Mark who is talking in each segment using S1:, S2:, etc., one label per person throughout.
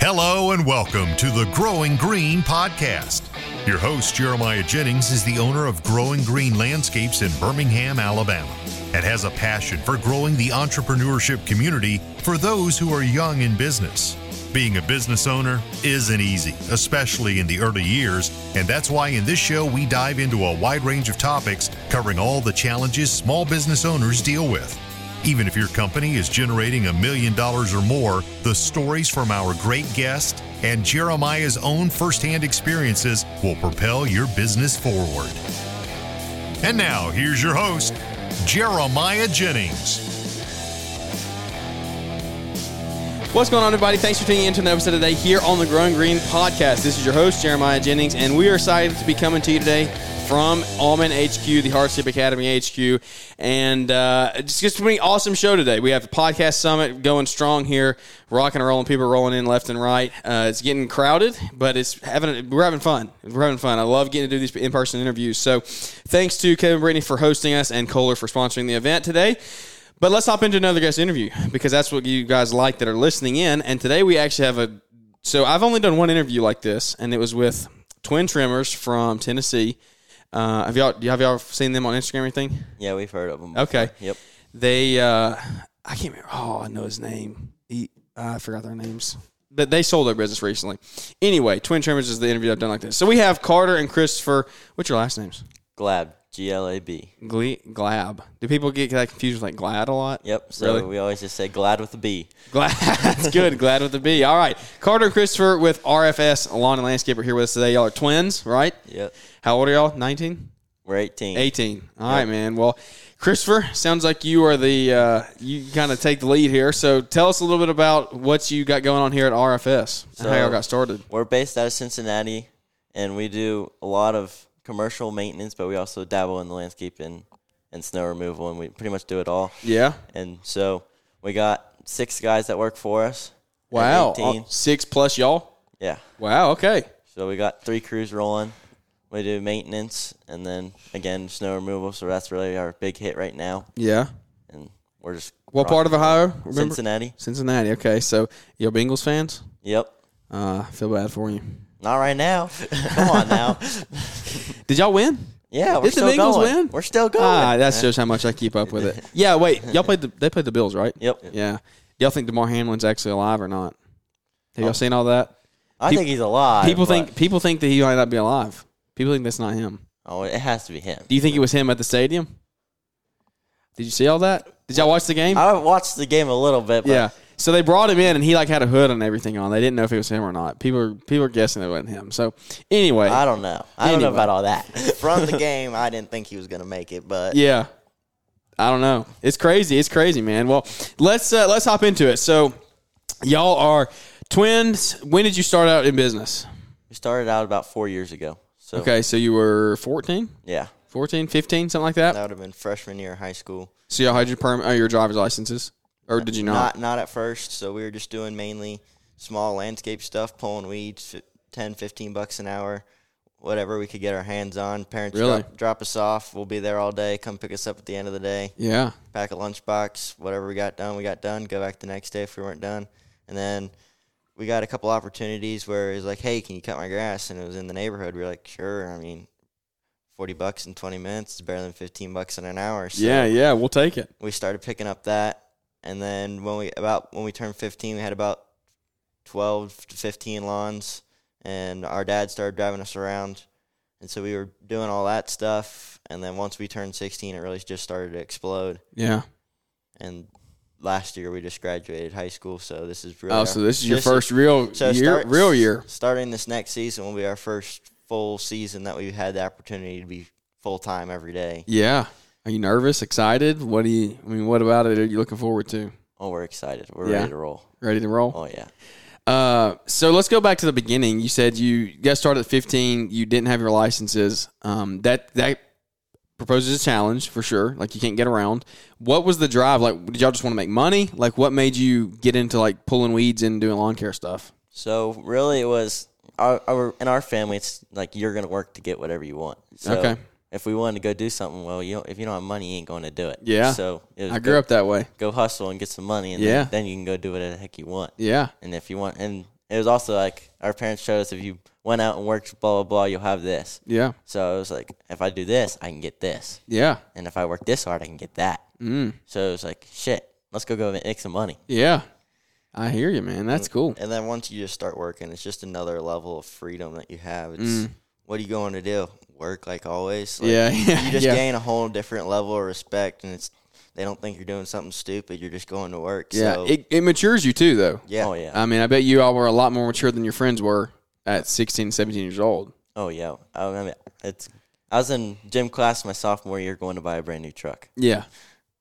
S1: Hello and welcome to the Growing Green Podcast. Your host, Jeremiah Jennings, is the owner of Growing Green Landscapes in Birmingham, Alabama, and has a passion for growing the entrepreneurship community for those who are young in business. Being a business owner isn't easy, especially in the early years, and that's why in this show we dive into a wide range of topics covering all the challenges small business owners deal with. Even if your company is generating a million dollars or more, the stories from our great guest and Jeremiah's own firsthand experiences will propel your business forward. And now, here's your host, Jeremiah Jennings.
S2: What's going on, everybody? Thanks for tuning in to another episode today here on the Growing Green Podcast. This is your host, Jeremiah Jennings, and we are excited to be coming to you today from Almond HQ, the Hardship Academy HQ. And uh, it's just going to be an awesome show today. We have the podcast summit going strong here, rocking and rolling, people rolling in left and right. Uh, it's getting crowded, but it's having we're having fun. We're having fun. I love getting to do these in person interviews. So thanks to Kevin Brittany for hosting us and Kohler for sponsoring the event today. But let's hop into another guest interview because that's what you guys like that are listening in. And today we actually have a. So I've only done one interview like this, and it was with twin trimmers from Tennessee. Uh, have y'all have y'all seen them on Instagram or anything?
S3: Yeah, we've heard of them.
S2: Okay.
S3: Yep.
S2: They uh, I can't remember. Oh, I know his name. He, I forgot their names. But they sold their business recently. Anyway, twin trimmers is the interview I've done like this. So we have Carter and Christopher. What's your last names?
S3: Glad. G L A B.
S2: Gle- Glab. Do people get that confused with like Glad a lot?
S3: Yep. So
S2: Really?
S3: we always just say glad with a B.
S2: Glad that's good. Glad with the B. All right, Carter and Christopher with RFS Lawn and Landscape are here with us today. Y'all are twins, right?
S3: Yep.
S2: How old are y'all? 19?
S3: We're 18.
S2: 18. All right, man. Well, Christopher, sounds like you are the uh, you kind of take the lead here. So tell us a little bit about what you got going on here at RFS and how
S3: So-
S2: y'all got started.
S3: We're based out of Cincinnati, and we do a lot of commercial maintenance, but we also dabble in the landscape and, and snow removal, and we pretty much do it all.
S2: Yeah.
S3: And so we got six guys that work for us. at
S2: Wow. Oh,
S3: 18.
S2: Six plus y'all.
S3: Yeah.
S2: Wow. Okay.
S3: So we got three crews rolling. We do maintenance, and then again snow removal. So that's really our big hit right now,
S2: Yeah.
S3: and we're just
S2: What part of Ohio? Remember?
S3: Cincinnati?
S2: Cincinnati. Okay. So y'all Bengals fans?
S3: Yep.
S2: Uh, I feel bad for you.
S3: Not right now. Come on now.
S2: Did y'all win?
S3: Yeah, we're
S2: Did the
S3: still
S2: Bengals
S3: going.
S2: win?
S3: We're still going.
S2: Ah, that shows how much I keep up with it. Yeah, wait, y'all played the they played the Bills, right?
S3: Yep.
S2: Yeah. Y'all think Demar Hamlin's actually alive or not? Have y'all seen all that?
S3: Oh. I
S2: Peop-
S3: think he's alive.
S2: People
S3: but-
S2: think people think that he might not be alive. People think that's not him.
S3: Oh, it has to be him.
S2: Do you think it was him at the stadium? Did you see all that? Did y'all watch the game?
S3: I watched the game a little bit. But
S2: Yeah. So they brought him in, and he like had a hood and everything on. They didn't know if it was him or not. People are people are guessing it wasn't him. So anyway,
S3: I don't know. I don't know
S2: Anyway.
S3: about all that.
S4: from the game, I didn't think he was going to make it, but
S2: Yeah. I don't know. It's crazy. It's crazy, man. Well, let's uh, let's hop into it. So, y'all are twins. When did you start out in business?
S3: we started out about four years ago. So
S2: Okay, so you were 14,
S3: yeah,
S2: 14, 15, something like that.
S4: that would have been freshman year of high school.
S2: So y'all had your perm or your driver's licenses, or did you not?
S4: Not not at first, so we were just doing mainly small landscape stuff, pulling weeds, fi- 10, 15 bucks an hour, whatever we could get our hands on. Parents
S2: Really?
S4: drop, drop us off. We'll be there all day. Come pick us up at the end of the day.
S2: Yeah.
S4: Pack a lunchbox. Whatever we got done, we got done. Go back the next day if we weren't done. And then we got a couple opportunities where it was like, hey, can you cut my grass? And it was in the neighborhood. We were like, sure. I mean, 40 bucks in 20 minutes is better than 15 bucks in an hour. So
S2: yeah, yeah. We'll take it.
S4: we started picking up that. And then when we about when we turned 15, we had about 12 to 15 lawns. And our dad started driving us around. And so we were doing all that stuff. And then once we turned 16, it really just started to explode.
S2: Yeah.
S4: And last year, we just graduated high school. So this is really
S2: Oh,
S4: our-
S2: so this is your first real
S4: so
S2: year,
S4: start-
S2: real year.
S4: Starting this next season will be our first full season that we've had the opportunity to be full time every day.
S2: Yeah. Are you nervous? Excited? What do you? I mean, what about it? Are you looking forward to?
S3: oh, we're excited. We're
S2: Yeah.
S3: ready to roll.
S2: Ready to roll?
S3: Oh yeah,
S2: Uh, so let's go back to the beginning. You said you got started at 15. You didn't have your licenses. Um, that that proposes a challenge for sure. Like you can't get around. What was the drive? Like, did y'all just want to make money? Like, what made you get into like pulling weeds and doing lawn care stuff?
S3: So really, it was our, our in our family. It's like you're gonna work to get whatever you want. So
S2: Okay.
S3: If we wanted to go do something, well, you don't, if you don't have money, you ain't going to do it.
S2: Yeah.
S3: So it was
S2: I grew
S3: go,
S2: up that way.
S3: Go hustle and get some money, and
S2: Yeah.
S3: then, then you can go do whatever the heck you want.
S2: Yeah,
S3: And if you want, and
S5: it was also like our parents showed us if you went out and worked blah blah blah, you'll have this.
S2: Yeah.
S5: So it was like if I do this, I can get this,
S2: Yeah.
S5: and if I work this hard, I can get that. Mm. So it was like shit. Let's go go make some money.
S2: Yeah. I hear you, man. That's cool.
S3: And then once you just start working, it's just another level of freedom that you have. It's what are you going to do? Work like always. Like,
S2: Mm. Yeah, yeah,
S3: You just
S2: yeah.
S3: gain a whole different level of respect, and it's they don't think you're doing something stupid. You're just going to work.
S2: Yeah.
S3: So,
S2: it, it matures you too, though.
S3: yeah.
S5: Oh yeah.
S2: I mean, I bet you all were a lot more mature than your friends were at 16, 17 years old.
S5: Oh yeah. I mean, it's. I was in gym class my sophomore year going to buy a brand new truck.
S2: Yeah.
S5: And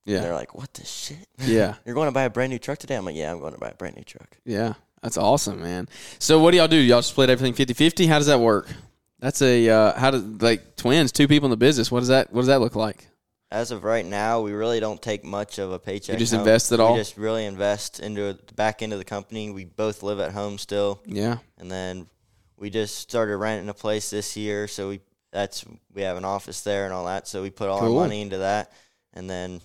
S2: Yeah.
S5: they're like, "What the shit?
S2: Yeah.
S5: You're going to buy a brand new truck today?" I'm like, "Yeah, I'm going to buy a brand new truck."
S2: Yeah. That's awesome, man. So what do y'all do? Y'all split everything 50-50? How does that work? That's a uh, how do like twins, two people in the business. What does that what does that look like?
S3: As of right now, we really don't take much of a paycheck.
S2: You just
S3: home.
S2: invest it all?
S3: We just really invest into the back end of the company. We both live at home still,
S2: Yeah.
S3: and then we just started renting a place this year. So we that's we have an office there and all that. So we put all
S2: Cool.
S3: our money into that, and then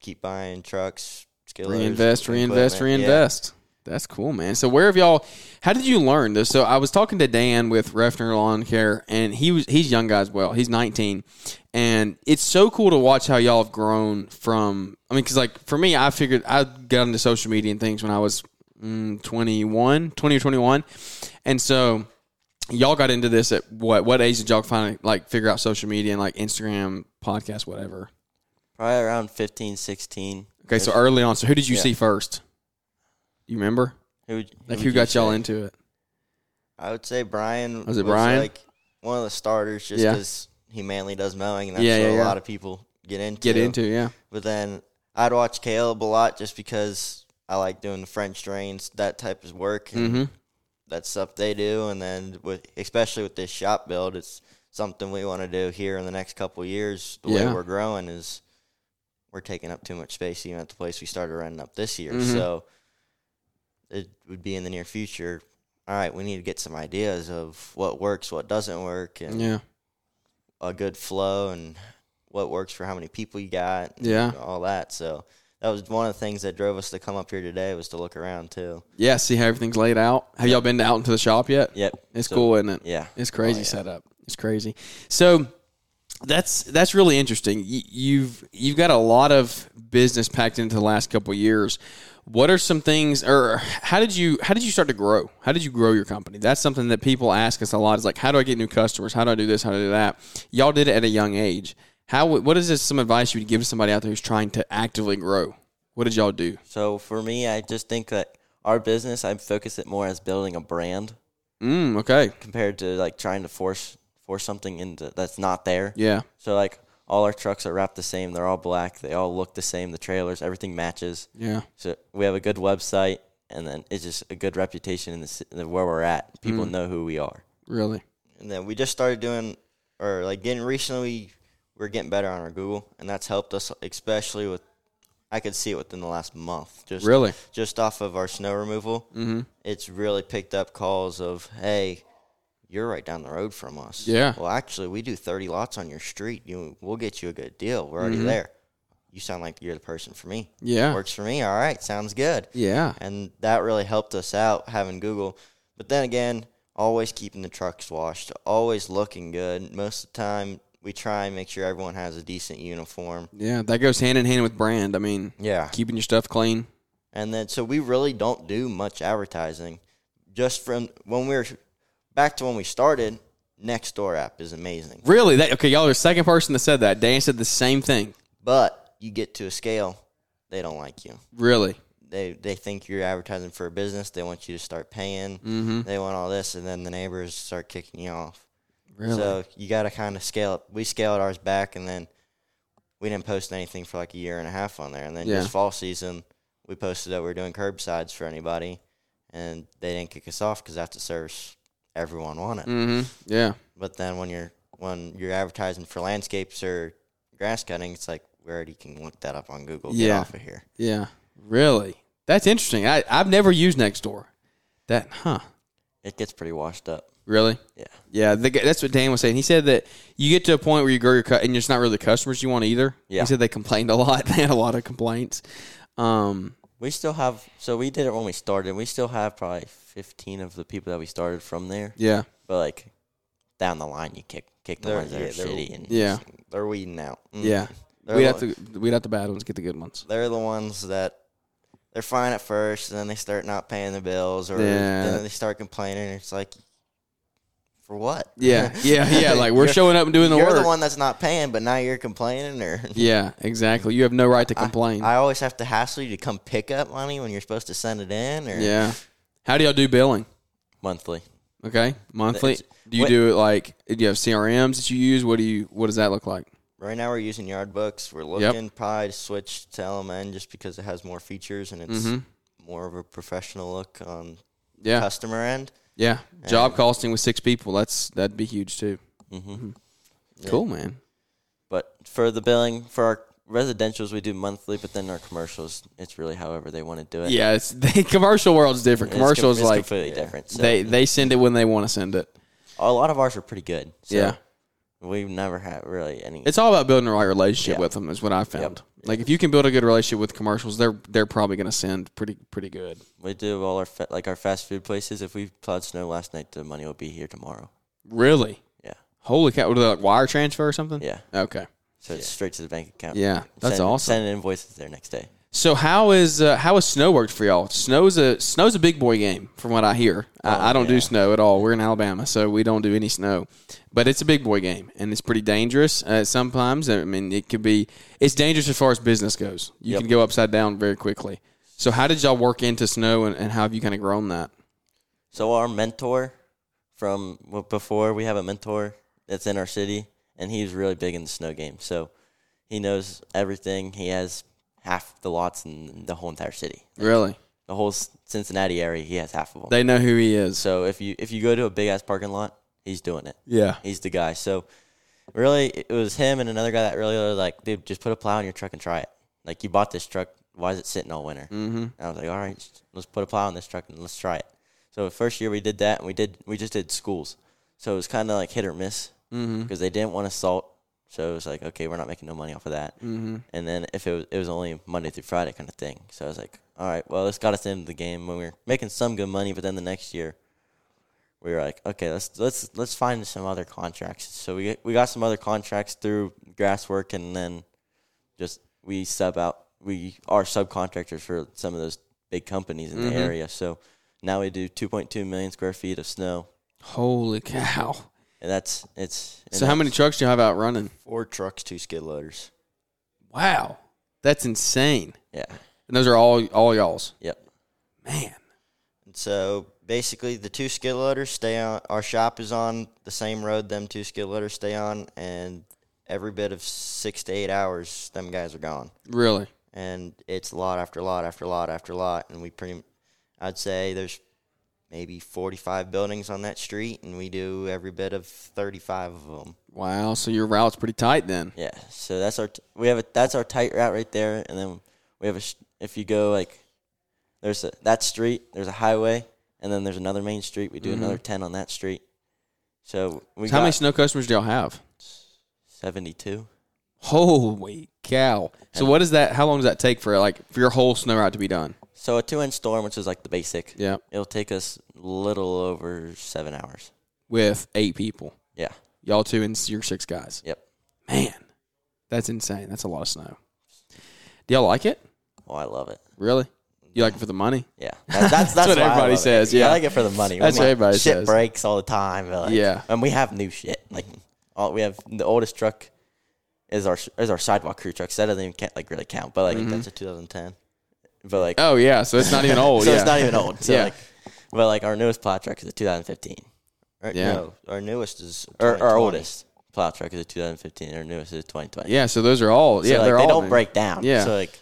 S3: keep buying trucks, skillers,
S2: Reinvest, reinvest,
S3: equipment. Yeah.
S2: reinvest. That's cool, man. So where have y'all? How did you learn this? So I was talking to Dan with Refner Lawn Care, and he was he's a young guy as well. He's 19, and it's so cool to watch how y'all have grown from. I mean, because like for me, I figured I got into social media and things when I was mm, 21, 20 or 21, and so y'all got into this at what what age did y'all finally like figure out social media and like Instagram, podcast, whatever?
S5: Probably around 15, 16.
S2: Okay, so early on. So who did you see first? You remember?
S5: Who, would-
S2: Like
S5: would
S2: who
S5: you
S2: got y'all
S5: say?
S2: into it?
S3: I would say Brian
S2: Was it Brian?
S3: like one of the starters, just
S2: Yeah.
S3: because he mainly does mowing, and that's
S2: Yeah,
S3: what
S2: yeah,
S3: a
S2: yeah.
S3: lot of people get into.
S2: Get into, yeah.
S3: But then I'd watch Caleb a lot just because I like doing the French drains, that type of work, and
S2: Mm-hmm.
S3: that's stuff they do. And then with especially with this shop build, it's something we want to do here in the next couple of years. The
S2: Yeah.
S3: way we're growing is we're taking up too much space, even at the place we started renting up this year.
S2: Mm-hmm.
S3: So it would be in the near future. All right, we need to get some ideas of what works, what doesn't work, and
S2: Yeah.
S3: a good flow and what works for how many people you got. and
S2: Yeah.
S3: all that. So that was one of the things that drove us to come up here today was to look around too.
S2: Yeah, see how everything's laid out. Have y'all been out into the shop yet?
S5: Yep.
S2: It's
S5: So-
S2: cool, isn't it?
S5: yeah.
S2: It's crazy setup. It's crazy. So that's that's really interesting. You, you've you've got a lot of business packed into the last couple of years. What are some things, or how did you how did you start to grow? How did you grow your company? That's something that people ask us a lot. Is like, how do I get new customers? How do I do this? How do I do that? Y'all did it at a young age. How? What is this, some advice you would give somebody out there who's trying to actively grow? What did y'all do?
S5: So for me, I just think that our business, I focus it more as building a brand
S2: Mm, okay.
S5: compared to like trying to force force something into that's not there.
S2: Yeah.
S5: So like all our trucks are wrapped the same. They're all black. They all look the same. The trailers, everything matches.
S2: Yeah.
S5: So we have a good website, and then it's just a good reputation in the ci- in where we're at. People
S2: Mm.
S5: know who we are.
S2: Really.
S3: And then we just started doing or like getting recently we are getting better on our Google and that's helped us especially with I could see it within the last month. Just
S2: Really?
S3: just off of our snow removal. Mm-hmm. It's really picked up calls of, Hey, you're right down the road from us.
S2: Yeah.
S3: Well actually we do thirty lots on your street. You we'll get you a good deal. We're already there. You sound like you're the person for me.
S2: Mm-hmm. Yeah.
S3: Works for me. All right. Sounds good
S2: Yeah.
S3: and that really helped us out having Google. But then again, always keeping the trucks washed, always looking good. Most of the time, we try and make sure everyone has a decent uniform.
S2: Yeah. That goes hand in hand with brand. I mean,
S3: Yeah.
S2: keeping your stuff clean.
S3: And then, so we really don't do much advertising. Just from when we were back to when we started, Next Door app is amazing.
S2: Really? That okay? Y'all are the second person that said that. Dan said the same thing.
S3: But you get to a scale, they don't like you.
S2: Really?
S3: they they think you're advertising for a business. They want you to start paying.
S2: Mm-hmm.
S3: They want all this, and then the neighbors start kicking you off.
S2: Really?
S3: So you got to kind of scale it. We scaled ours back, and then we didn't post anything for like a year and a half on there. And then
S2: Yeah.
S3: just fall season, we posted that we were doing curbsides for anybody, and they didn't kick us off because that's a service everyone wanted.
S2: Mm. Mm-hmm. Yeah.
S3: But then when you're when you're advertising for landscapes or grass cutting, it's like we already can look that up on Google. Get
S2: Yeah.
S3: off of here.
S2: Yeah. Really? That's interesting. I I've never used Nextdoor. That huh?
S5: It gets pretty washed up.
S2: Really?
S5: Yeah.
S2: Yeah. The, guy- that's what Dan was saying. He said that you get to a point where you grow your cut, and it's not really the customers you want either.
S5: Yeah.
S2: He said they complained a lot. They had a lot of complaints. Um.
S3: We still have, so we did it when we started. We still have probably 15 of the people that we started from there.
S2: Yeah.
S3: But like down the line, you kick kick the
S4: They're-
S3: ones that
S4: yeah,
S3: are
S4: they're-
S3: shitty. And
S2: Yeah.
S4: They're weeding out. Mm.
S2: Yeah.
S4: They're
S2: We'd
S4: the-
S2: have to we'd have the bad ones get the good ones.
S4: They're the ones that they're fine at first, and then they start not paying the bills, or
S2: Yeah.
S4: then they start complaining. And it's like, for what?
S2: Yeah. Yeah. Yeah. Like we're
S4: You're-
S2: showing up and doing the
S4: you're
S2: work.
S4: the one that's not paying, but now you're complaining. Or
S2: Yeah. Exactly. You have no right to complain.
S4: I always have to hassle you to come pick up money when you're supposed to send it in. Or
S2: yeah. How do y'all do billing?
S3: monthly.
S2: Okay, monthly.
S4: It's-
S2: Do you
S4: what-
S2: do it like? Do you have CRMs that you use? What do you? What does that look like?
S4: Right now we're using yard books. We're looking probably to switch to LMN just because it has more features and it's
S2: Mm-hmm.
S4: more of a professional look on
S2: Yeah,
S4: customer end.
S2: yeah. Job costing with six people. That's that'd be huge too. Mm-hmm.
S3: hmm
S2: Cool, man.
S3: But for the billing, for our residentials, we do monthly, but then our commercials, it's really however they want to do it.
S2: Yeah, it's the commercial world's different.
S3: It's
S2: Commercial is
S3: com- it's
S2: like
S3: completely different. So
S2: they they send it when they want to send it.
S3: a lot of ours are pretty good. So
S2: Yeah.
S3: We've never had really any.
S2: It's all about building the right relationship
S3: Yeah.
S2: with them. Is what I found. Like if you can build a good relationship with commercials, they're they're probably going to send pretty pretty good.
S3: we do all our fa- like our fast food places. If we plowed snow last night, the money will be here tomorrow.
S2: Really?
S3: Yeah.
S2: Holy cow! What are they like wire transfer or something?
S3: Yeah.
S2: Okay.
S3: So it's straight to the bank account.
S2: Yeah, that's
S3: Send-
S2: awesome.
S3: Send invoices there next day.
S2: So how is uh, how has snow worked for y'all? Snow's a snow's a big boy game, from what I hear.
S3: Oh,
S2: I, I don't do snow at all. We're in Alabama, so we don't do any snow, but it's a big boy game, and it's pretty dangerous uh, sometimes. I mean, it could be it's dangerous as far as business goes. You can go upside down very quickly. So how did y'all work into snow, and, and how have you kind of grown that?
S3: So our mentor from well, before, we have a mentor that's in our city, and he's really big in the snow game. So he knows everything. He has half the lots in the whole entire city,
S2: Really,
S3: the whole S- Cincinnati area. He has half of them.
S2: they know who he is.
S3: so if you if you go to a big ass parking lot, he's doing it.
S2: yeah,
S3: He's the guy. So really, it was him and another guy that really were like, dude, just put a plow in your truck and try it. Like you bought this truck, why is it sitting all winter? Mm-hmm. And I was like, all right, just- let's put a plow in this truck and let's try it. So the first year we did that, and we did we just did schools. So it was kind of like hit or miss because they didn't want to salt. So it was like, okay, we're not making no money off of that. Mm-hmm. And then if it was, it was only Monday through Friday kind of thing. So I was like, all right, well, this got us into the game when we were making some good money, but then the next year we were like, okay, let's let's let's find some other contracts. So we we got some other contracts through grass work, and then just we sub out. We are subcontractors for some of those big companies in the
S4: Mm-hmm.
S3: area. So now we do 2.2 million square feet of snow,
S2: holy cow!
S3: and that's it's. and
S2: So how
S3: that's-
S2: many trucks do you have out running?
S4: Four trucks, two skid loaders.
S2: Wow, that's insane.
S3: Yeah.
S2: And those are all all y'all's.
S3: Yep.
S2: Man,
S4: And so basically, the two skid loaders stay on. Our shop is on the same road. Them two skid loaders stay on, and every bit of six to eight hours, them guys are gone.
S2: really.
S4: and it's lot after lot after lot after lot and we pretty i'd say there's maybe 45 buildings on that street and we do every bit of 35 of them
S2: Wow, so your route's pretty tight then.
S3: Yeah, so that's our t- we have a that's our tight route right there, and then we have a sh- if you go like there's a, that street, there's a highway, and then there's another main street. We do
S4: Mm-hmm.
S3: another ten on that street. So we
S2: So how
S3: got
S2: many snow customers do y'all have?
S3: seventy two.
S2: Holy cow! So what is that? How long does that take for like for your whole snow route to be done?
S3: So a two inch storm, which is like the basic,
S2: Yeah,
S3: it'll take us little over seven hours.
S2: with eight people,
S3: Yeah.
S2: y'all two and your six guys.
S3: Yep.
S2: Man, that's insane. That's a lot of snow. Do y'all like it?
S3: Oh, I love it.
S2: Really? You like it for the money?
S3: Yeah, That- that's that's,
S2: what
S3: why I
S2: everybody
S3: love it.
S2: says, yeah.
S3: I like it for the money.
S2: That's what
S3: When, like,
S2: everybody
S3: shit
S2: says.
S3: breaks all the time. but, like,
S2: Yeah.
S3: and we have new shit. Like all, we have the oldest truck is our is our sidewalk crew truck. So that doesn't even count, like really count. But like
S2: Mm-hmm.
S4: that's a 2010
S3: but like
S2: Oh yeah, so it's not even old.
S3: so
S2: yeah.
S3: it's not even old. So
S2: Yeah.
S3: like but like our newest plow truck is a 2015
S4: Right,
S2: Yeah.
S4: no, our newest is
S3: or our
S4: 2020.
S3: oldest plow truck is a 2015. Our newest is 2020.
S2: yeah, so those are all.
S3: So,
S2: Yeah,
S3: like,
S2: they're
S3: they
S2: all
S3: don't
S2: new.
S3: break down.
S2: Yeah.
S3: so like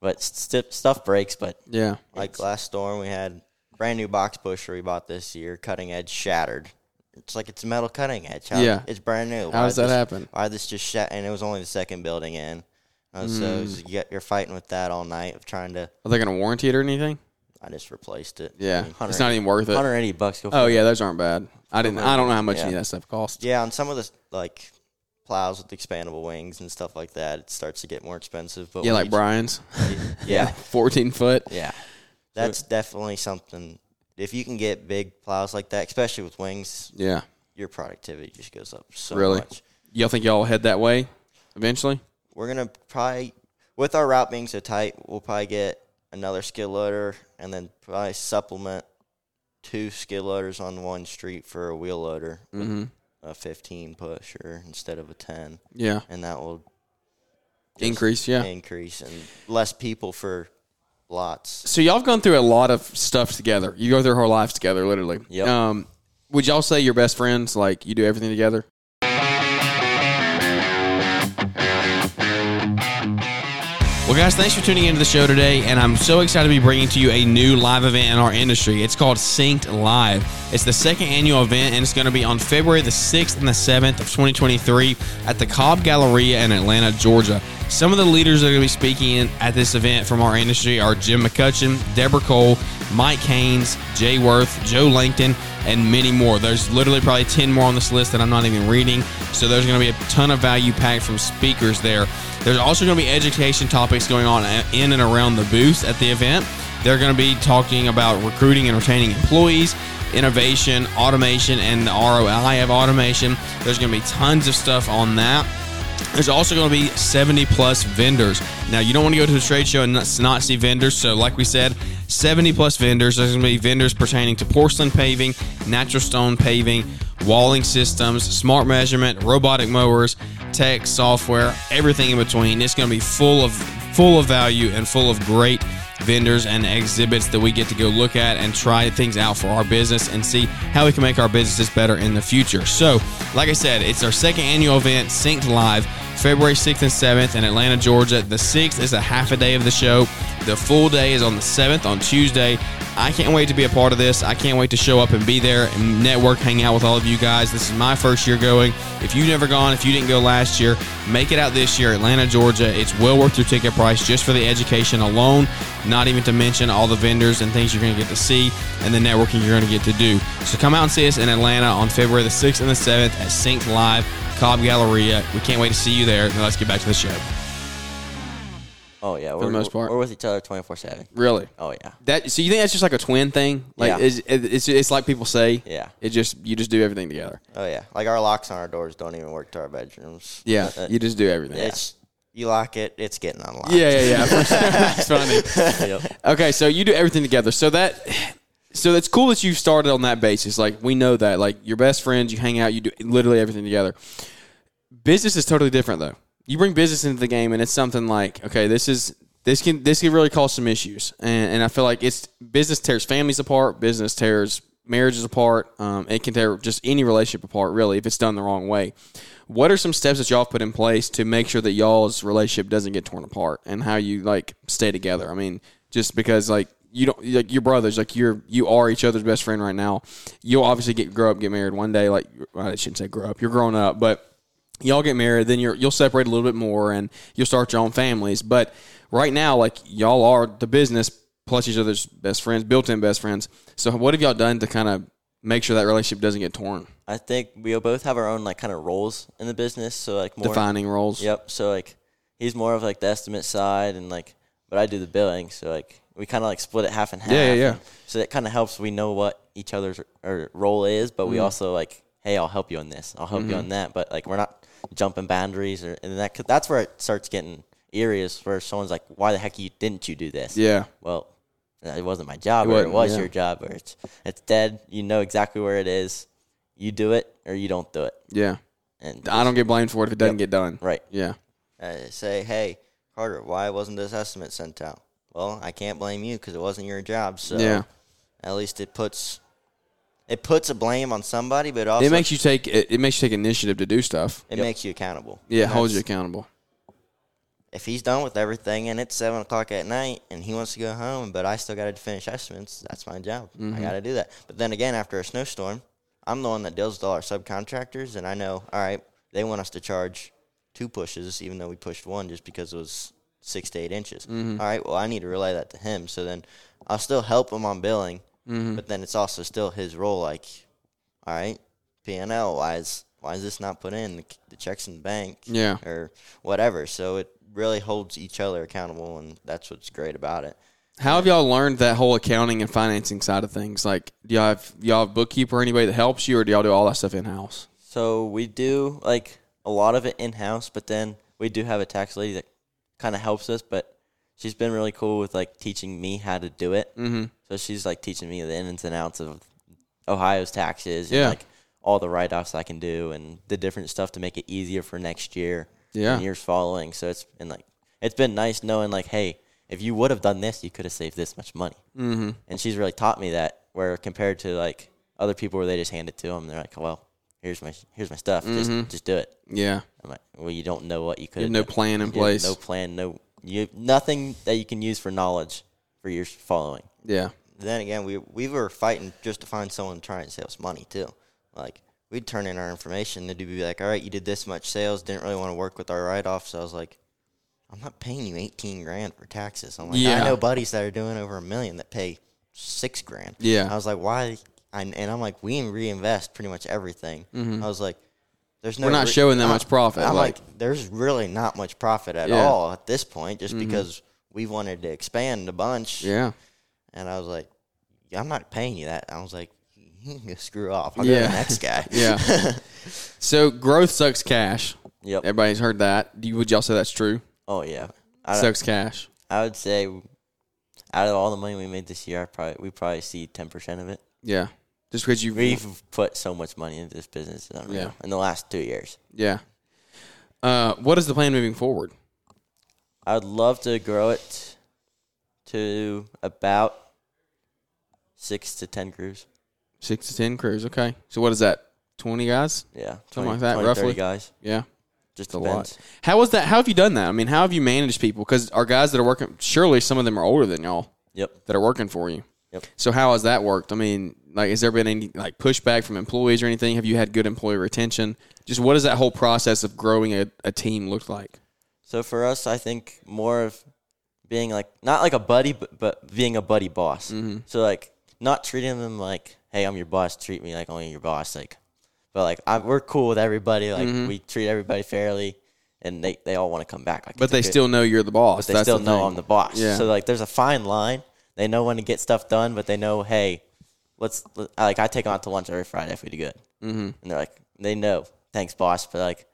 S3: but st- stuff breaks. But
S2: Yeah,
S4: like last storm we had brand new box pusher we bought this year cutting edge shattered it's like it's metal cutting edge How-
S2: Yeah.
S4: it's brand new
S2: How
S4: Why'd
S2: does that
S4: this-
S2: happen?
S4: why this just shat and it was only the second building in Uh, so
S2: Hmm.
S4: it was- you get- you're fighting with that all night of trying to
S2: are they going to warranty it or anything?
S4: I just replaced it.
S2: Yeah, it's not even worth it.
S3: 180 bucks. Go for
S2: Oh
S3: it.
S2: yeah, those aren't bad. I didn't. I don't know how much
S3: Yeah.
S2: any of that stuff costs.
S4: Yeah, on some of the like plows with expandable wings and stuff like that, it starts to get more expensive. But
S2: yeah,
S4: we
S2: like
S4: j-
S2: Brian's.
S4: yeah,
S2: 14 foot.
S4: yeah, that's definitely something. If you can get big plows like that, especially with wings,
S2: Yeah.
S4: your productivity just goes up so
S2: Really?
S4: much.
S2: Y'all think y'all head that way eventually?
S4: We're gonna probably, with our route being so tight, we'll probably get another skid loader and then probably supplement two skid loaders on one street for a wheel loader,
S2: Mm-hmm.
S4: a 15 pusher instead of a 10,
S2: Yeah.
S4: and that will
S2: Increase, yeah.
S4: increase and less people for lots.
S2: So y'all have gone through a lot of stuff together. You go through our lives together, literally.
S4: Yep.
S2: Um, would y'all say you're best friends? Like you do everything together? Well, guys, thanks for tuning into the show today, and I'm so excited to be bringing to you a new live event in our industry. It's called Synced Live. It's the second annual event, and it's going to be on February the 6th and the 7th of 2023 at the Cobb Galleria in Atlanta, Georgia. Some of the leaders that are going to be speaking in at this event from our industry are Jim McCutcheon, Deborah Cole, Mike Haynes, Jay Worth, Joe Langton, and many more. There's literally probably 10 more on this list that I'm not even reading, so there's going to be a ton of value packed from speakers there. There's also going to be education topics going on in and around the booth at the event. They're going to be talking about recruiting and retaining employees, innovation, automation, and the ROI of automation. There's going to be tons of stuff on that. There's also going to be 70 plus vendors. Now, you don't want to go to a trade show and not, not see vendors. So, like we said, 70 plus vendors. There's going to be vendors pertaining to porcelain paving, natural stone paving, walling systems, smart measurement, robotic mowers, tech, software, everything in between. It's going to be full of full of value and full of great vendors and exhibits that we get to go look at and try things out for our business and see how we can make our businesses better in the future. So, like I said, it's our second annual event, Synced Live, February 6th and 7th in Atlanta, Georgia. The 6th is a half a day of the show. The full day is on the 7th on Tuesday. I can't wait to be a part of this. I can't wait to show up and be there and network, hang out with all of you guys. This is my first year going. If you've never gone, if you didn't go last year, make it out this year, Atlanta, Georgia. It's well worth your ticket price just for the education alone, not even to mention all the vendors and things you're going to get to see and the networking you're going to get to do. So come out and see us in Atlanta on February the 6th and the 7th at Synced Live, Cobb Galleria. We can't wait to see you there. Now let's get back to the show.
S3: Oh yeah, for we're,
S2: the most part.
S3: we're with each other twenty four seven.
S2: Really?
S3: Oh yeah,
S2: That so you think that's just like a twin thing? Like
S3: Yeah.
S2: is it's, it's it's like people say.
S4: Yeah.
S2: It just you just do everything together.
S4: Oh yeah, like our locks on our doors don't even work to our bedrooms.
S2: Yeah.
S4: Uh,
S2: you just do everything.
S4: it's you lock it, it's getting unlocked.
S2: Yeah, yeah, yeah. that's funny. Okay, so you do everything together. So that so that's cool that you started on that basis. Like we know that. Like your best friends, you hang out, you do literally everything together. Business is totally different though. You bring business into the game and it's something like, okay, this is this can this can really cause some issues. And and I feel like it's business tears families apart, business tears marriages apart. Um, it can tear just any relationship apart really if it's done the wrong way. What are some steps that y'all have put in place to make sure that y'all's relationship doesn't get torn apart and how you like stay together? I mean, just because like you don't like your brothers, like you're you are each other's best friend right now. You'll obviously get grow up, get married one day. Like well, I shouldn't say grow up, you're grown up, but y'all get married, then you're you'll separate a little bit more and you'll start your own families. But right now, like y'all are the business plus each other's best friends, built in best friends. So what have y'all done to kind of make sure that relationship doesn't get torn?
S3: I think we both have our own like kind of roles in the business. So like more
S2: Defining roles.
S3: Yep. So like he's more of like the estimate side and like but I do the billing, so like we kind of like split it half and half.
S2: yeah, yeah.
S3: and So that kind of helps we know what each other's or role is, but
S2: Mm.
S3: we also like, hey, I'll help you on this. I'll help
S2: Mm-hmm.
S3: you on that, but like we're not jumping boundaries or and that could- that's where it starts getting eerie is where someone's like, why the heck you didn't you do this?
S2: Yeah.
S3: Well, it wasn't my job,
S2: It
S3: or it
S2: wasn't,
S3: was
S2: yeah.
S3: your job, or it's it's dead. You know exactly where it is. You do it or you don't do it.
S2: Yeah.
S3: And
S2: I don't get blamed for it if it doesn't get done.
S3: right.
S2: Yeah.
S4: Uh, say, hey, Carter, why wasn't this estimate sent out? Well, I can't blame you because it wasn't your job. So
S2: Yeah.
S4: at least it puts it puts a blame on somebody, but it also
S2: It makes you take it, it makes you take initiative to do stuff.
S4: it makes you accountable.
S2: Yeah,
S4: And
S2: holds you
S4: that's-
S2: accountable.
S4: If he's done with everything and it's seven o'clock at night and he wants to go home, but I still got to finish estimates, that's my job. I got to do that. But then again, after a snowstorm, I'm the one that deals with all our subcontractors, and I know, all right, they want us to charge two pushes, even though we pushed one just because it was six to eight inches. All right, well, I need to relay that to him. So then I'll still help him on billing, but then it's also still his role. Like, all right, P and L wise, why is this not put in? The, c- the check's in the bank
S2: Yeah.
S4: or whatever. So it really holds each other accountable, and that's what's great about it.
S2: How have y'all learned that whole accounting and financing side of things? Like, do y'all have y'all have a bookkeeper or anybody that helps you, or do y'all do all that stuff in house?
S3: So we do like a lot of it in house, but then we do have a tax lady that kind of helps us. But she's been really cool with like teaching me how to do it. Mm-hmm. So she's like teaching me the ins and outs of Ohio's taxes. And,
S2: Yeah.
S3: Like all the write offs I can do and the different stuff to make it easier for next year.
S2: Yeah.
S3: And years following. So it's been like it's been nice knowing like hey. If you would have done this, you could have saved this much money. Mm-hmm. And she's really taught me that. Where compared to like other people, where they just hand it to them, they're like, "Well, here's my here's my stuff. Just just do it.
S2: Yeah,
S3: I'm like, well, you don't know what you could.
S2: Mm-hmm. You have no plan in place.
S3: No plan. No you nothing that you can use for knowledge for years following.
S2: yeah,
S4: Then again, we we were fighting just to find someone to try and sell us money too. Like we'd turn in our information, they'd be like, "All right, you did this much sales, didn't really want to work with our write off." So I was like, "I'm not paying you 18 grand for taxes." I'm like,
S2: Yeah.
S4: "I know buddies that are doing over a million that pay six grand."
S2: Yeah.
S4: I was like, "Why?" And, and I'm like, "We reinvest pretty much everything." I was like. There's no
S2: Mm-hmm. We're not showing that
S4: I'm-
S2: much profit,
S4: I'm
S2: like-
S4: like, there's really not much profit at
S2: Yeah. Mm-hmm.
S4: all at this point, just because we wanted to expand a bunch.
S2: yeah.
S4: And I was like, I'm not paying you that. I was like, you can go screw off. I'll go
S2: Yeah.
S4: to the next guy.
S2: Yeah. so growth sucks cash.
S3: Yep.
S2: Everybody's heard that. Do you, would y'all say that's true?
S3: Oh yeah. I,
S2: Sucks cash.
S3: I would say out of all the money we made this year, I probably we probably see ten percent of it.
S2: Yeah. Just because you
S3: We've put so much money into this business. It's unreal.
S2: Yeah.
S3: In the last two years,
S2: Yeah. Uh, what is the plan moving forward?
S3: I would love to grow it to about six to ten crews.
S2: Six to ten crews. Okay. So what is that? Twenty guys.
S3: Yeah,
S2: Something like that,
S3: 30
S2: roughly.
S3: guys.
S2: Yeah.
S3: Just
S2: It's a
S3: depends.
S2: lot. How was that? How have you done that? I mean, how have you managed people? Because our guys that are working, surely some of them are older than y'all
S3: Yep.
S2: that are working for you.
S3: Yep.
S2: So how has that worked? I mean, like, has there been any like pushback from employees or anything? Have you had good employee retention? Just what does that whole process of growing a, a team look like?
S3: So for us, I think more of being like not like a buddy, but, but being a buddy boss.
S2: Mm-hmm.
S3: So like not treating them like, hey, I'm your boss. Treat me like only your boss. Like, but like I, we're cool with everybody. Like
S2: Mm-hmm.
S3: we treat everybody fairly, and they, they all want to come back. Like,
S2: But
S3: it's
S2: they
S3: a good-
S2: still know you're the boss.
S3: they
S2: That's
S3: still
S2: the
S3: know
S2: thing.
S3: I'm the boss.
S2: Yeah.
S3: So like there's a fine line. They know when to get stuff done, but they know hey, let's let, I- like I take them out to lunch every Friday if we do good. Mm-hmm. And they're like they know thanks boss, but like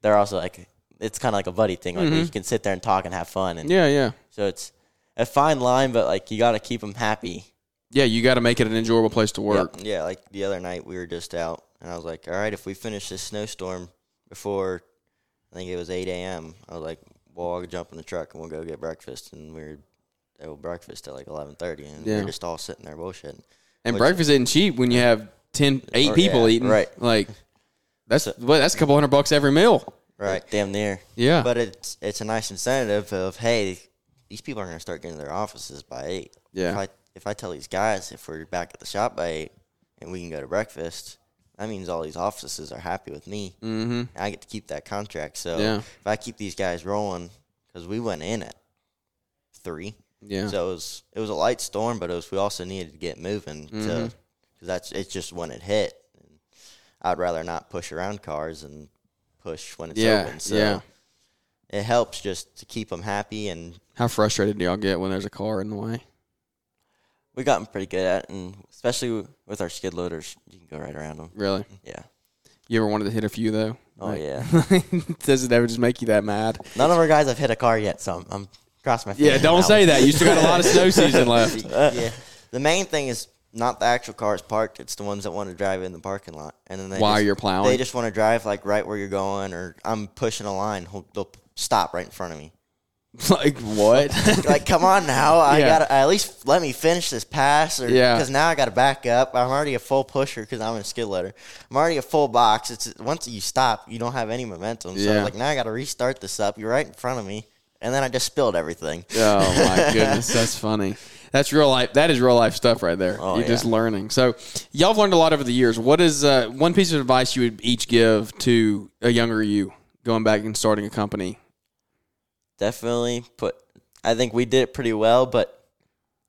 S3: they're also like it's kind of like a buddy thing. Like you can sit there and talk and have fun, and
S2: Mm-hmm. Yeah, yeah,
S3: so it's a fine line, but like you got to keep them happy.
S2: yeah. You got to make it an enjoyable place to work.
S4: Yeah, like the other night we were just out, and I was like, all right, if we finish this snowstorm before, I think it was 8 a.m., I was like, well, I'll jump in the truck and we'll go get breakfast. And we were at breakfast at like 11.30, and we
S2: Yeah.
S4: were just all sitting there bullshitting.
S2: And
S4: Which-
S2: breakfast isn't cheap when you have 10, 8
S3: Or-
S2: people
S3: yeah,
S2: eating.
S3: right.
S2: Like that's well, that's a couple hundred bucks every meal.
S4: Right.
S3: damn near.
S2: Yeah.
S4: But it's it's a nice incentive of hey, these people are going to start getting to their offices by eight.
S2: Yeah.
S4: If I if I tell these guys if we're back at the shop by eight and we can go to breakfast, that means all these offices are happy with me. Mm-hmm. I get to keep that contract. So
S2: Yeah.
S4: if I keep these guys rolling, because we went in at three.
S2: Yeah.
S4: So it was it was a light storm, but it was we also needed to get moving
S2: Mm-hmm.
S4: to because that's it's just when it hit. I'd rather not push around cars and push when it's
S2: yeah,
S4: open. So
S2: yeah.
S4: it helps just to keep them happy and
S2: How frustrated do y'all get when there's a car in the way?
S3: We gotten pretty good at, it, and especially with our skid loaders, you can go right around them.
S2: Really?
S3: Yeah.
S2: You ever wanted to hit a few though?
S3: Mm-hmm. Oh
S2: Like-
S3: yeah.
S2: Does it ever just make you that mad?
S3: None of our guys have hit a car yet, so I'm, I'm crossing my fingers.
S2: Yeah, don't say that. You still got a lot of snow season left.
S4: yeah. The main thing is not the actual cars parked; it's the ones that want to drive in the parking lot, and then they
S2: While
S4: just,
S2: you're plowing?
S4: they just want to drive like right where you're going, or I'm pushing a line, he'll- they'll stop right in front of me.
S2: like what?
S4: like, come on now. I
S2: Yeah.
S4: gotta at least let me finish this pass, or
S2: Yeah.
S4: because now I gotta back up. I'm already a full pusher because I'm in a skid loader. I'm already a full box. It's once you stop, you don't have any momentum. So
S2: Yeah.
S4: like now I gotta restart this up. You're right in front of me, and then I just spilled everything.
S2: oh my goodness, that's funny. That's real life. That is real life stuff right there. You're just learning. So y'all have learned a lot over the years. What is uh, one piece of advice you would each give to a younger you going back and starting a company?
S3: definitely put I think we did it pretty well, but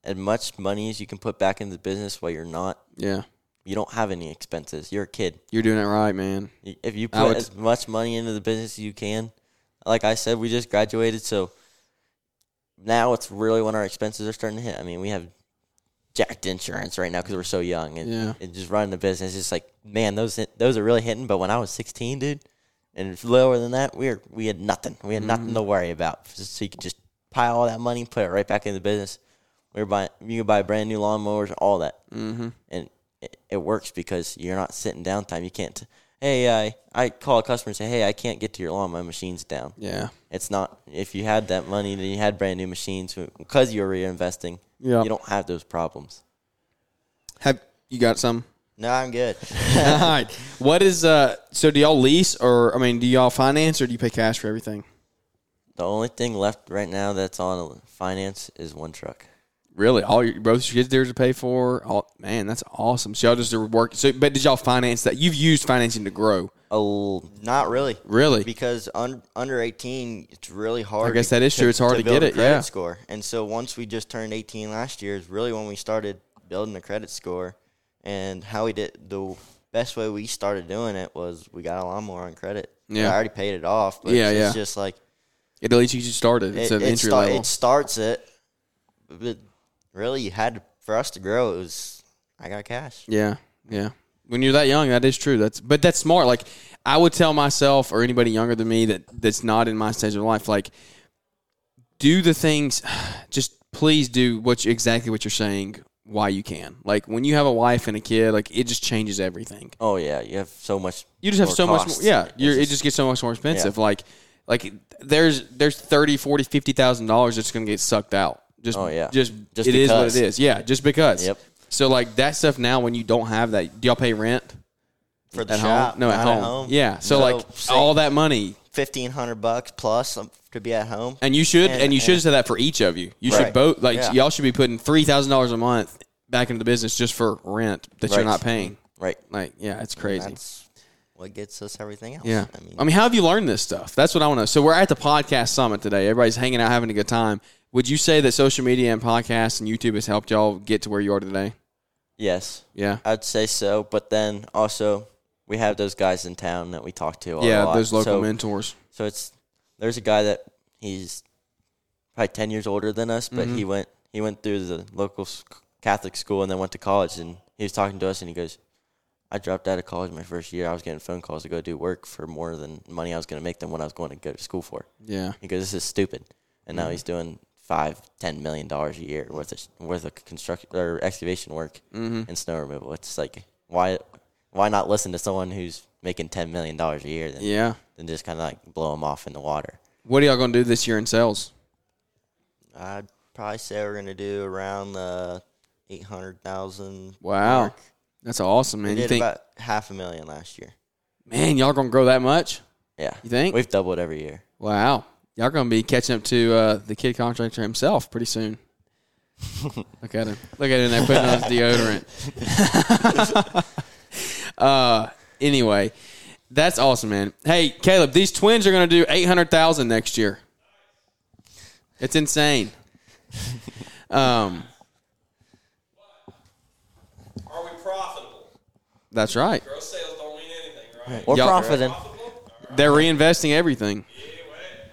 S3: as much money as you can put back into the business while you're not
S2: Yeah,
S3: You don't have any expenses. You're a kid.
S2: You're doing it right, man.
S3: Y- If you
S2: I
S3: put
S2: would-
S3: as much money into the business as you can, like I said, we just graduated, so now it's really when our expenses are starting to hit. I mean, we have jacked insurance right now because we're so young, and,
S2: Yeah.
S3: and just running the business. It's like, man, those hit, those are really hitting. But when I was 16, dude, and it's lower than that, we were, we had nothing. We had
S2: Mm-hmm.
S3: nothing to worry about. So you could just pile all that money, put it right back in the business. We were buying, you could buy brand new lawnmowers, all that and it, it works because you're not sitting downtime. You can't. t- Hey, I I call a customer and say, hey, I can't get to your lawn. My machine's down.
S2: Yeah.
S3: It's not. If you had that money, then you had brand new machines because you're reinvesting.
S2: Yeah.
S3: you don't have those problems.
S2: Have you got some?
S4: No, I'm good.
S2: All right. What is uh? So do y'all lease or I mean, do y'all finance or do you pay cash for everything?
S3: The only thing left right now that's on finance is one truck.
S2: Really, all your both your kids there to pay for. All man, that's awesome. So y'all just are work. So, but did y'all finance that? You've used financing to grow.
S3: A l-
S4: Not really.
S2: Really?
S4: Because un, under 18, it's really hard.
S2: I guess
S4: to-
S2: that is true. It's hard to
S4: build
S2: get
S4: a
S2: it,
S4: Credit
S2: yeah.
S4: Score. And so once we just turned 18 last year is really when we started building the credit score, and how we did the best way we started doing it was we got a lawnmower on credit.
S2: Yeah.
S4: I already paid it off. But
S2: Yeah,
S4: it's
S2: yeah.
S4: just like
S2: It at least you just started. It's
S4: it,
S2: an
S4: it
S2: entry
S4: sta-
S2: level.
S4: it starts it, but really you had to, for us to grow. It was I got cash.
S2: Yeah, yeah. When you're that young, that is true. That's but that's smart. Like I would tell myself or anybody younger than me that that's not in my stage of life. Like do the things. Just please do what you, exactly what you're saying. Why you can. Like when you have a wife and a kid, like it just changes everything.
S3: oh yeah, you have so much.
S2: You just have
S3: more
S2: so much.
S3: costs.
S2: More, yeah,
S3: It's
S2: you're, it
S3: just-
S2: just gets so much more expensive. Like like there's there's thirty, forty, fifty thousand dollars that's gonna get sucked out. Just
S3: Oh, yeah.
S2: just,
S3: Just
S2: it is
S3: because.
S2: what it is. Yeah, just because.
S3: Yep.
S2: So like that stuff now when you don't have that, do y'all pay rent?
S4: For the
S2: at
S4: shop,
S2: home. No, at
S4: not
S2: home. Yeah. So like all that money,
S4: fifteen hundred bucks plus um, to be at home.
S2: and you should and,
S4: And-
S2: you should
S4: and-
S2: have said that for each of you. You should
S4: Right.
S2: both like
S4: Yeah.
S2: y'all should be putting three thousand dollars a month back into the business just for rent that you're
S3: Right.
S2: not paying.
S3: right.
S2: Like yeah, it's crazy.
S4: That's what gets us everything else.
S2: yeah. Um,
S4: I mean,
S2: how have you learned this stuff? That's what I want to know. So we're at the podcast summit today. Everybody's hanging out having a good time. Would you say that social media and podcasts and YouTube has helped y'all get to where you are today?
S3: Yes,
S2: Yeah.
S3: I'd say so. But then also we have those guys in town that we talk to. a
S2: Yeah,
S3: lot.
S2: those local
S3: So
S2: mentors.
S3: So it's there's a guy that he's probably ten years older than us, but he went he went through the local s- Catholic school and then went to college. And he was talking to us, and he goes, "I dropped out of college my first year. I was getting phone calls to go do work for more than money I was going to make than what I was going to go to school for."
S2: Yeah.
S3: He goes, "This is stupid," and now he's doing five, ten million dollars a year worth of worth of construction or excavation work and snow removal. It's like why why not listen to someone who's making ten million dollars a year? Then?
S2: Yeah.
S3: and just kind of like blow them off in the water.
S2: What are y'all going to do this year in sales?
S4: I'd probably say we're gonna do around the eight hundred thousand.
S2: Wow. That's awesome, man.
S4: we
S2: You
S4: did
S2: think,
S4: about half a million last year.
S2: man, y'all going to grow that much?
S3: Yeah,
S2: You think?
S3: we've doubled every year?
S2: Wow. Y'all going to be catching up to uh, the kid contractor himself pretty soon. Look at him. Look at him there putting on his deodorant. uh, anyway, that's awesome, man. Hey, Caleb, these twins are going to do 800,000 next year. It's insane. Um,
S6: Are we profitable?
S2: that's right.
S6: Gross sales don't mean anything, right?
S3: We're
S2: Y'all-
S3: profiting.
S6: Profitable?
S2: They're reinvesting everything.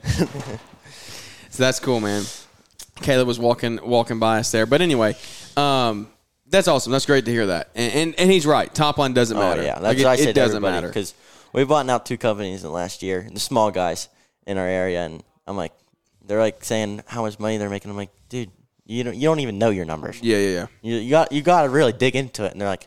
S2: So that's cool, man. Caleb was walking walking by us there, but anyway, um, that's awesome. That's great to hear that, and and, and he's right. Top line doesn't
S3: Oh
S2: matter.
S3: yeah, that's
S2: Like,
S3: what I
S2: it,
S3: said
S2: it doesn't matter.
S3: because we bought out two companies in the last year, the small guys in our area, and I'm like, they're like saying how much money they're making. I'm like, dude, you don't you don't even know your numbers.
S2: Yeah, yeah, yeah.
S3: You you got you got to really dig into it. And they're like,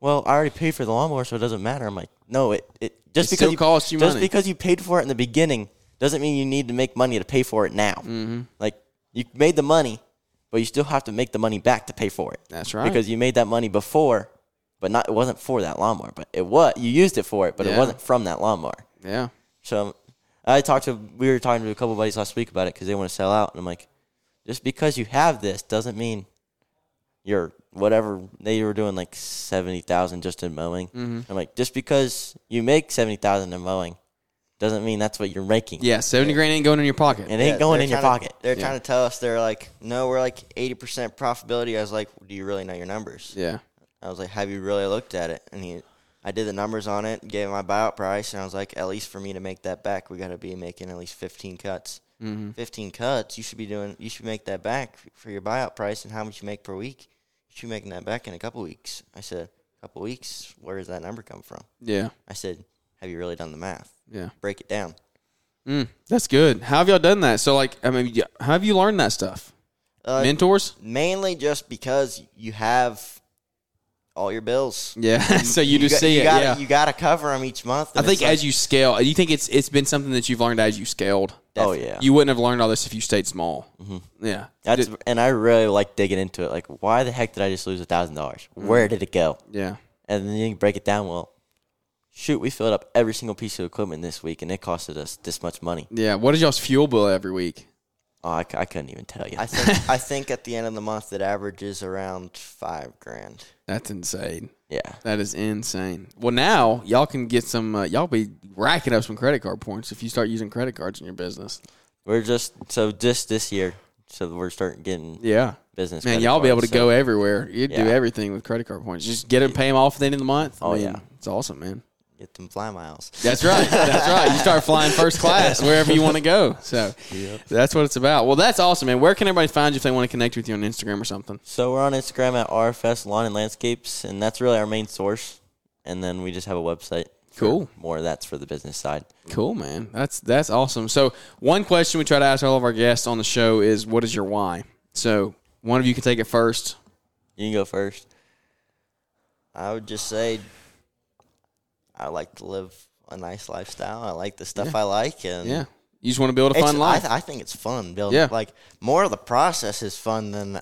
S3: well, I already paid for the lawnmower, so it doesn't matter. I'm like, no, it it just
S2: It
S3: because
S2: still costs you
S3: just
S2: money.
S3: because you paid for it in the beginning doesn't mean you need to make money to pay for it now. Mm-hmm. Like you made the money, but you still have to make the money back to pay for it.
S2: That's right.
S3: Because you made that money before, but not it wasn't for that lawnmower, but it was you used it for it, but
S2: Yeah.
S3: it wasn't from that lawnmower.
S2: Yeah,
S3: So I talked to we were talking to a couple buddies last week about it because they want to sell out, and I'm like, just because you have this doesn't mean you're whatever they were doing like seventy thousand just in mowing.
S2: Mm-hmm.
S3: I'm like, just because you make seventy thousand in mowing doesn't mean that's what you're making.
S2: yeah. Seventy grand ain't going in your pocket.
S3: it ain't
S4: Yeah,
S3: going
S4: they're
S3: in your
S4: trying to-
S3: pocket.
S4: they're
S2: Yeah.
S4: trying to tell us they're like, no, we're like eighty percent profitability. I was like, do you really know your numbers?
S2: yeah,
S4: I was like, "Have you really looked at it?" And he, I did the numbers on it, gave him my buyout price, and I was like, "At least for me to make that back, we got to be making at least fifteen cuts.
S2: Mm-hmm.
S4: Fifteen cuts. You should be doing. You should make that back for your buyout price and how much you make per week. You should be making that back in a couple weeks." I said, "Couple weeks? Where does that number come from?"
S2: Yeah.
S4: I said, "Have you really done the math?
S2: Yeah.
S4: Break it down."
S2: Mm, that's good. How have y'all done that? So, like, I mean, yeah, how have you learned that stuff?
S4: Uh,
S2: Mentors?
S4: mainly just because you have all your bills.
S2: Yeah. so you, just
S4: got-
S2: see
S4: you
S2: it.
S4: Gotta,
S2: yeah.
S4: You got to cover them each month.
S2: I
S4: and
S2: think
S4: it's like-
S2: as you scale, you think it's it's been something that you've learned as you scaled.
S3: Oh yeah.
S2: You wouldn't have learned all this if you stayed small. Mm-hmm. Yeah.
S3: That's
S2: Did-
S3: and I really like digging into it. Like, why the heck did I just lose a thousand dollars?
S4: Mm.
S3: Where did it go?
S2: yeah.
S3: And then you can break it down. Well, shoot, we filled up every single piece of equipment this week, and it costed us this much money.
S2: Yeah. What is y'all's fuel bill every week?
S3: Oh, I, c- I couldn't even tell you.
S4: I think I think at the end of the month it averages around five grand.
S2: That's insane.
S3: yeah,
S2: That is insane. Well, now y'all can get some. Uh, y'all be racking up some credit card points if you start using credit cards in your business.
S3: we're just so just this year. So we're starting getting
S2: Yeah.
S3: business.
S2: Man,
S3: credit
S2: y'all be able to
S3: cards, so-
S2: go everywhere. You do
S3: Yeah.
S2: everything with credit card points. Just get them, pay them off at the end of the month.
S3: Oh,
S2: Man,
S3: yeah.
S2: it's awesome, man.
S4: Get them fly miles.
S2: That's right. That's right. You start flying first class wherever you want to go. So that's what it's about. Well, that's awesome, man. Where can everybody find you if they want to connect with you on Instagram or something?
S3: So we're on Instagram at RFS Lawn and Landscapes, and that's really our main source. And then we just have a website. for
S2: Cool.
S3: More of that's for the business side.
S2: Cool, man. That's that's awesome. So one question we try to ask all of our guests on the show is, "What is your why?" So one of you can take it first.
S3: You can go first.
S4: I would just say I like to live a nice lifestyle. I like the stuff I like, and
S2: Yeah, you just want to build a
S4: it's,
S2: fun life.
S4: I, I think it's fun building.
S2: Yeah.
S4: Like more of the process is fun than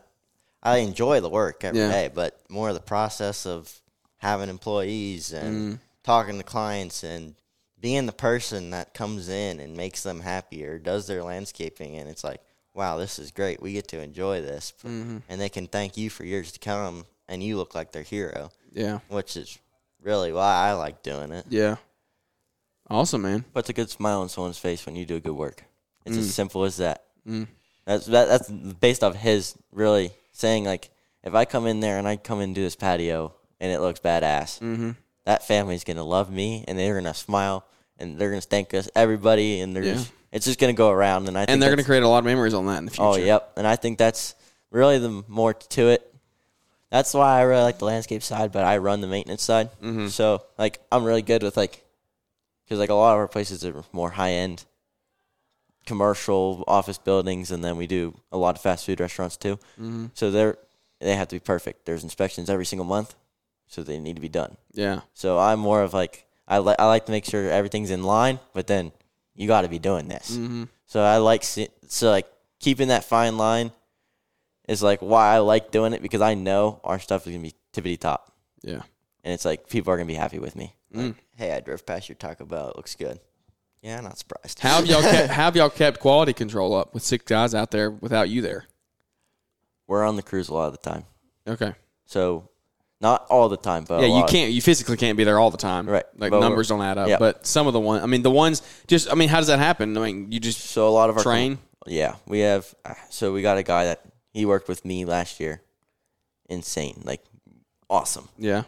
S4: I enjoy the work every day,
S2: Yeah.
S4: but more of the process of having employees and
S2: Mm.
S4: talking to clients and being the person that comes in and makes them happy or does their landscaping and it's like, wow, this is great. We get to enjoy this,
S2: Mm-hmm.
S4: and they can thank you for years to come, and you look like their hero,
S2: yeah,
S4: which is really why I like doing it.
S2: yeah. Awesome, man.
S3: Puts a good smile on someone's face when you do good work. It's as simple as that. That's that, that's based off his really saying like, if I come in there and I come and do this patio and it looks badass, that family's gonna love me and they're gonna smile and they're gonna thank us everybody and they're
S2: Yeah.
S3: just, it's just gonna go around and I think
S2: And they're going
S3: that's-
S2: to create a lot of memories on that in the future.
S3: Oh, yep. And I think that's really the more to it. That's why I really like the landscape side, but I run the maintenance side.
S2: Mm-hmm.
S3: So like I'm really good with like because like a lot of our places are more high end commercial office buildings, and then we do a lot of fast food restaurants too.
S2: Mm-hmm.
S3: So they're they have to be perfect. There's inspections every single month, so they need to be done.
S2: Yeah,
S3: So I'm more of like I li- I like to make sure everything's in line, but then you got to be doing this.
S2: Mm-hmm.
S3: So I like se- so like keeping that fine line is like why I like doing it because I know our stuff is gonna be tippity top,
S2: yeah.
S3: and it's like people are gonna be happy with me.
S2: Mm.
S4: Hey, I drove past your Taco Bell. It looks good. Yeah, not surprised.
S2: How have y'all kept, how have y'all kept quality control up with six guys out there without you there?
S3: We're on the cruise a lot of the time,
S2: Okay.
S3: so not all the time, but a
S2: Yeah, you
S3: lot.
S2: can't. You physically can't be there all the time.
S3: Right.
S2: Like
S3: But we're-
S2: numbers don't add up.
S3: yeah.
S2: But some of the ones. I mean, the ones. Just. I mean, how does that happen? I mean, you just.
S3: So a lot of our
S2: Train?
S3: yeah, we have. So we got a guy that he worked with me last year, insane, like awesome.
S2: Yeah.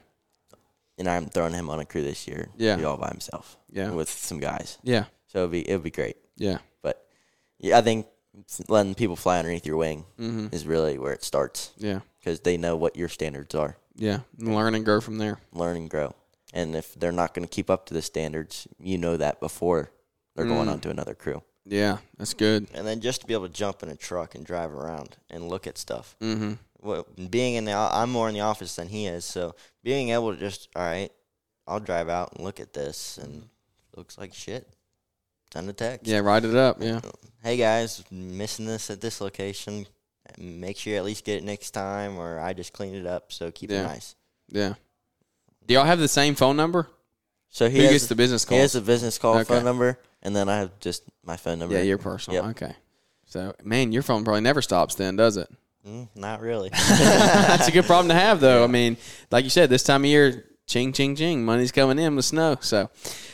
S3: and I'm throwing him on a crew this year.
S2: Yeah.
S3: be all by himself.
S2: Yeah.
S3: with some guys.
S2: Yeah.
S3: So it'd be it'd be great.
S2: Yeah.
S3: But yeah, I think letting people fly underneath your wing
S2: Mm-hmm.
S3: is really where it starts
S2: Yeah.
S3: because they know what your standards are.
S2: Yeah. Learn and grow from there.
S3: Learn and grow. And if they're not going to keep up to the standards, you know that before they're going
S2: Mm.
S3: on to another crew.
S2: Yeah. That's good.
S4: and then just to be able to jump in a truck and drive around and look at stuff. Mm-hmm. Well, being in the, o- I'm more in the office than he is, so being able to just, all right, I'll drive out and look at this, and it looks like shit. Send a text.
S2: Yeah. Write it up. Yeah.
S4: Hey guys, missing this at this location. Make sure you at least get it next time, or I just cleaned it up, so keep
S2: Yeah.
S4: it nice.
S2: Yeah. Do y'all have the same phone number?
S3: So he
S2: Who
S3: has,
S2: gets the business
S3: He has
S2: calls?
S3: a business call
S2: Okay.
S3: phone number, and then I have just my phone number.
S2: Yeah. Your personal.
S3: Yep.
S2: Okay. So man, your phone probably never stops then, does it?
S4: Mm, not really.
S2: That's a good problem to have, though. I mean, like you said, this time of year, ching, ching, ching, money's coming in with snow. So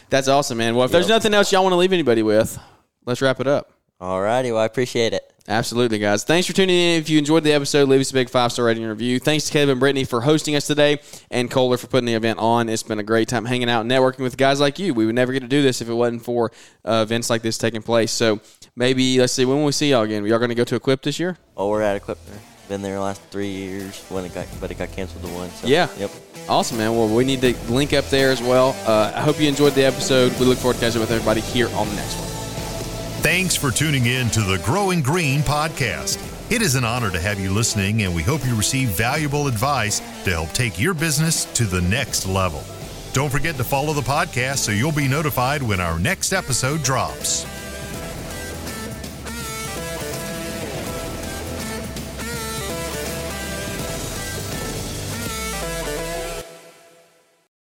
S2: that's awesome, man. Well, if there's nothing else y'all want to leave anybody with, let's wrap it up.
S3: All righty. Well, I appreciate it.
S2: Absolutely, guys. Thanks for tuning in. If you enjoyed the episode, leave us a big five star rating and review. Thanks to Kevin and Brittany for hosting us today and Kohler for putting the event on. It's been a great time hanging out and networking with guys like you. We would never get to do this if it wasn't for uh, events like this taking place. So maybe, let's see, when will we see y'all again? Y'all going to go to Equip this year?
S3: Oh, we're at Equipner. Been there the last three years when it got, but it got canceled to one. So,
S2: Yeah.
S3: Yep.
S2: Awesome, man. Well, we need to link up there as well. Uh, I hope you enjoyed the episode. We look forward to catching up with everybody here on the next one.
S1: Thanks for tuning in to the Growing Green podcast. It is an honor to have you listening, and we hope you receive valuable advice to help take your business to the next level. Don't forget to follow the podcast so you'll be notified when our next episode drops.